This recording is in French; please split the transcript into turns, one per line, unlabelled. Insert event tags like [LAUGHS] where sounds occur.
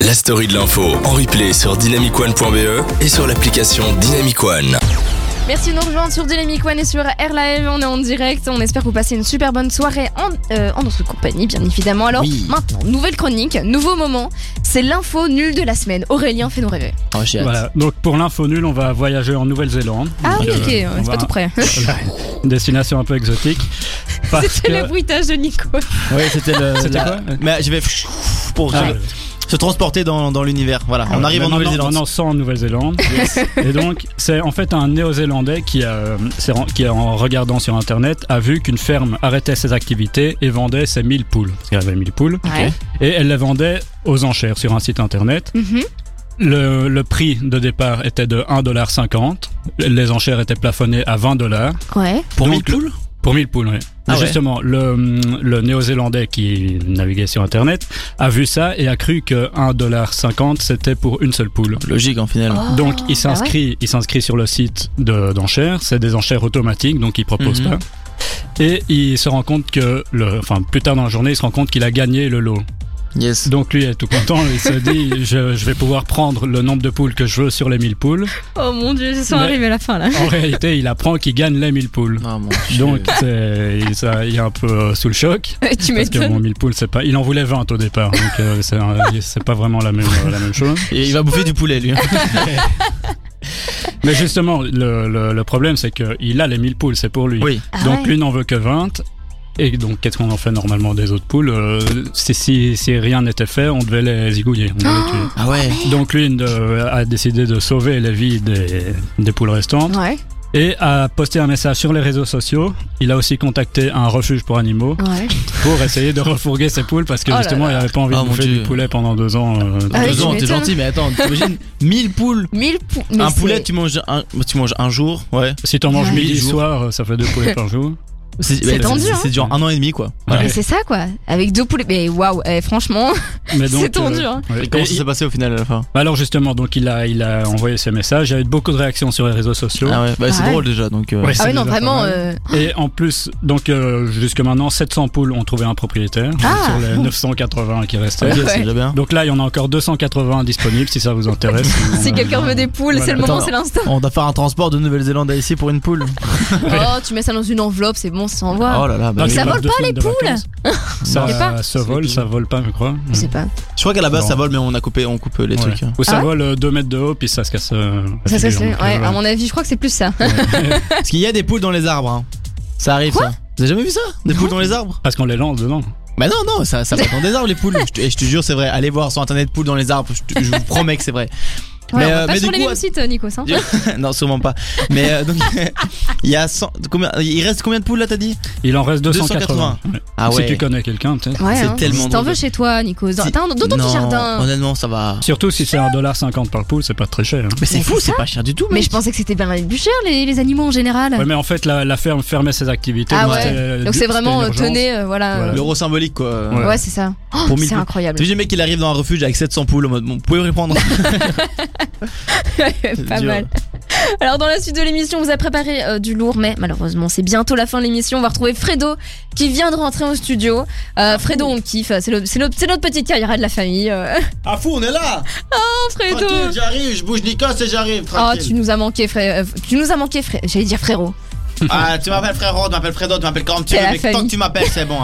la story de l'info en replay sur dynamicone.be E et sur l'application Dynamic One.
Merci de nous rejoindre sur Dynamic One et sur Air Live. On est en direct. On espère que vous passez une super bonne soirée en, euh, en notre compagnie, bien évidemment. Alors,
Oui.
maintenant, nouvelle chronique, nouveau moment. C'est l'info nulle de la semaine. Aurélien, fais-nous rêver.
Oh, j'ai hâte.
Voilà. Donc pour l'info nulle, on va voyager en Nouvelle-Zélande.
Ah oui,
Donc,
ok,
euh, on
c'est
va
pas tout près.
à Une destination un
[LAUGHS]
peu exotique. Parce
C'était [LAUGHS] le
que.
bruitage de Nico.
[LAUGHS]
Ouais, c'était le.
C'était
la-
quoi
Mais je vais pour
Ah,
se- se transporter dans, Ah, dans l'univers. Voilà, on
ouais.
arrive en
Maintenant,
Nouvelle-Zélande.
Maintenant, sans en Nouvelle-Zélande. [LAUGHS] Et donc, c'est en fait un néo-zélandais qui, a, s'est ren- qui, en regardant sur internet, a vu qu'une ferme arrêtait ses activités et vendait ses 1000 poules. Parce qu'elle avait 1000 poules.
Ouais.
Et elle les vendait aux enchères sur un site internet.
Mhm.
Le, le prix de départ était de 1,50$. Les enchères étaient plafonnées à 20$.
Ouais.
Pour
mille
1000 poules Pour 1000 poules, oui.
Ah
Et
ouais.
Justement, le, hum, le néo-zélandais qui naviguait sur Internet a vu ça et a cru que 1,50$ c'était pour une seule poule.
Logique en final.
Oh,
Donc il
bah ouais.
s'inscrit, il s'inscrit sur le site de- d'enchères. C'est des enchères automatiques, donc il propose
Mhm.
pas. Et il se rend compte que, le, enfin plus tard dans la journée, il se rend compte qu'il a gagné le lot.
Yes.
Donc lui est tout content. il se dit, je, je vais pouvoir prendre le nombre de poules que je veux sur les 1000 poules.
Oh mon dieu, ils sont
Mais-
arrivés à la fin là.
En réalité, il apprend qu'il gagne les 1000 poules.
Ah, mon
Donc
Dieu.
c'est- il, ça- il est un peu euh, sous le choc.
tu
[LAUGHS] Parce que
m'étonnes.
mon 1000 poules, c'est pas. Il en voulait 20 au départ, donc euh, c'est un- c'est pas vraiment la même, euh, la même chose.
Et il va bouffer du poulet lui. hein.
Mais justement, le, le- le problème, c'est qu'il a les 1000 poules, c'est pour
[LAUGHS]
lui.
oui.
Ah
donc
ouais.
lui n'en veut que 20. Et donc, qu'est-ce qu'on en fait normalement des autres poules Euh, si, si, si rien n'était fait, on devait les zigouiller. on devait les
Oh,
tuer.
Ah ouais.
donc lui il, euh, a décidé de sauver les vies des, des poules restantes.
Ouais,
et a posté un message sur les réseaux sociaux. Il a aussi contacté un refuge pour animaux
ouais.
pour essayer de refourguer ses poules parce que
Oh là
justement il avait pas envie
Ah,
de
mon
bouffer
Dieu.
du poulet pendant deux ans. euh,
Ah oui,
deux
tu
ans, t'es
m'étonnes.
gentil, mais attends, [LAUGHS] t'imagines 1000 poules.
1000 pou- mais
un
c'est-
poulet, tu manges un, tu manges un jour, ouais.
si t'en manges
Ouais.
midi
Mille jours.
soir, euh, ça fait deux poulets par jour.
C'est
C'est tendu,
c'est-
hein.
c'est genre un an et demi quoi.
Ouais.
Mais c'est ça quoi, avec deux poulets. Mais waouh, eh, franchement,
Mais donc,
c'est tendu.
euh,
hein.
ouais.
Et comment
Et
ça
il-
s'est passé au final à la fin
bah alors justement, donc il a, il a envoyé ce message. Il y a eu beaucoup de réactions sur les réseaux sociaux.
Ah ouais, bah c'est
Ah ouais.
drôle déjà donc. euh,
Ouais,
Ah
c'est
ouais, non,
déjà
vraiment.
pas mal.
euh,
Et en plus, donc euh, jusque maintenant, 700 poules ont trouvé un propriétaire
Ah.
sur les 980 qui restaient.
ok,
Ouais.
c'est déjà bien.
Donc là, il y en a encore 280 disponibles si ça vous intéresse.
[LAUGHS]
Euh,
Si quelqu'un veut des poules, c'est le
Voilà.
moment, c'est l'instant.
On doit faire un transport de Nouvelle-Zélande à ici pour une poule.
Oh, tu mets ça dans une enveloppe, c'est bon, ça s'envoie.
Oh là là, bah,
Donc,
oui.
ça
il
vole
reste deux
pas,
semaines
les
de
[LAUGHS]
vacances.
Je sais
Ça
pas.
ça vole, ça vole pas, je crois.
Je sais pas.
Je crois qu'à la base
Non.
ça vole, mais on a coupé, on coupe les
Ouais.
trucs. hein.
Ou ça
Ah ouais
vole 2 mètres de haut, puis ça se casse. euh, la
Ça, ça,
figure,
c'est-
donc, euh,
ouais,
voilà.
à mon avis, je crois que c'est plus ça.
Parce qu'il y a des poules dans les arbres. hein. Ça arrive
Quoi
ça. Vous avez jamais vu ça Des poules dans les arbres
[LAUGHS] Parce qu'on les lance dedans.
Bah non, non, ça, ça va dans des arbres les poules. Je te, et je te jure, c'est vrai. Allez voir sur internet poules dans les arbres. Je, te- je vous promets que c'est vrai. [LAUGHS]
Ouais,
Mais,
on va
euh,
pas
mais
sur
du
les
coup,
mêmes sites, euh, Nico. hein.
non, sûrement pas. Mais euh, donc, [LAUGHS] il y a 100 combien, il reste combien de poules là, t'as dit
Il en reste 280.
280.
Ouais.
Ah
Si tu connais quelqu'un, peut-être.
Ouais,
c'est
hein.
tellement
Si t'en
drôle.
veux chez toi, Nico. Dans, t'as un- dans ton
Non,
petit jardin.
Honnêtement, ça va.
Surtout si c'est 1,50$ par poule, c'est pas très cher. hein.
Mais c'est
Mais
fou,
c'est
c'est pas cher du tout.
Mais
mec.
je pensais que c'était bien les plus cher, les, les animaux en général.
Ouais, mais en fait, la, la ferme fermait ses activités.
Ah
donc
ouais.
c'était-
Donc c'est
c'était
vraiment,
une
euh,
urgence.
tenez, euh, voilà.
Voilà.
L'euro symbolique quoi.
Ouais.
Ouais, c'est ça. Oh,
Pour mille
c'est
poules.
incroyable. [LAUGHS]
T'as vu le mec il arrive dans un refuge avec 700 poules en mode bon, vous pouvez reprendre.
Pas
Dur.
mal. Alors dans la suite de l'émission, on vous a préparé euh, du lourd, mais malheureusement c'est bientôt la fin de l'émission. On va retrouver Fredo qui vient de rentrer au studio.
Ah,
Euh, Fredo, on le kiffe, c'est le- c'est notre, c'est notre petite carrière de la famille. euh. [LAUGHS]
Ah fou, on est là.
Oh Fredo
j'arrive, je bouge Nikos et j'arrive.
Ah, tu nous as manqué, frère. euh, Tu nous as manqué, frère. J'allais dire frérot.
Ah, tu m'appelles frérot, tu m'appelles Fredo, tu m'appelles comme tu
C'est veux, la mais tant famille. que
tu m'appelles, c'est bon.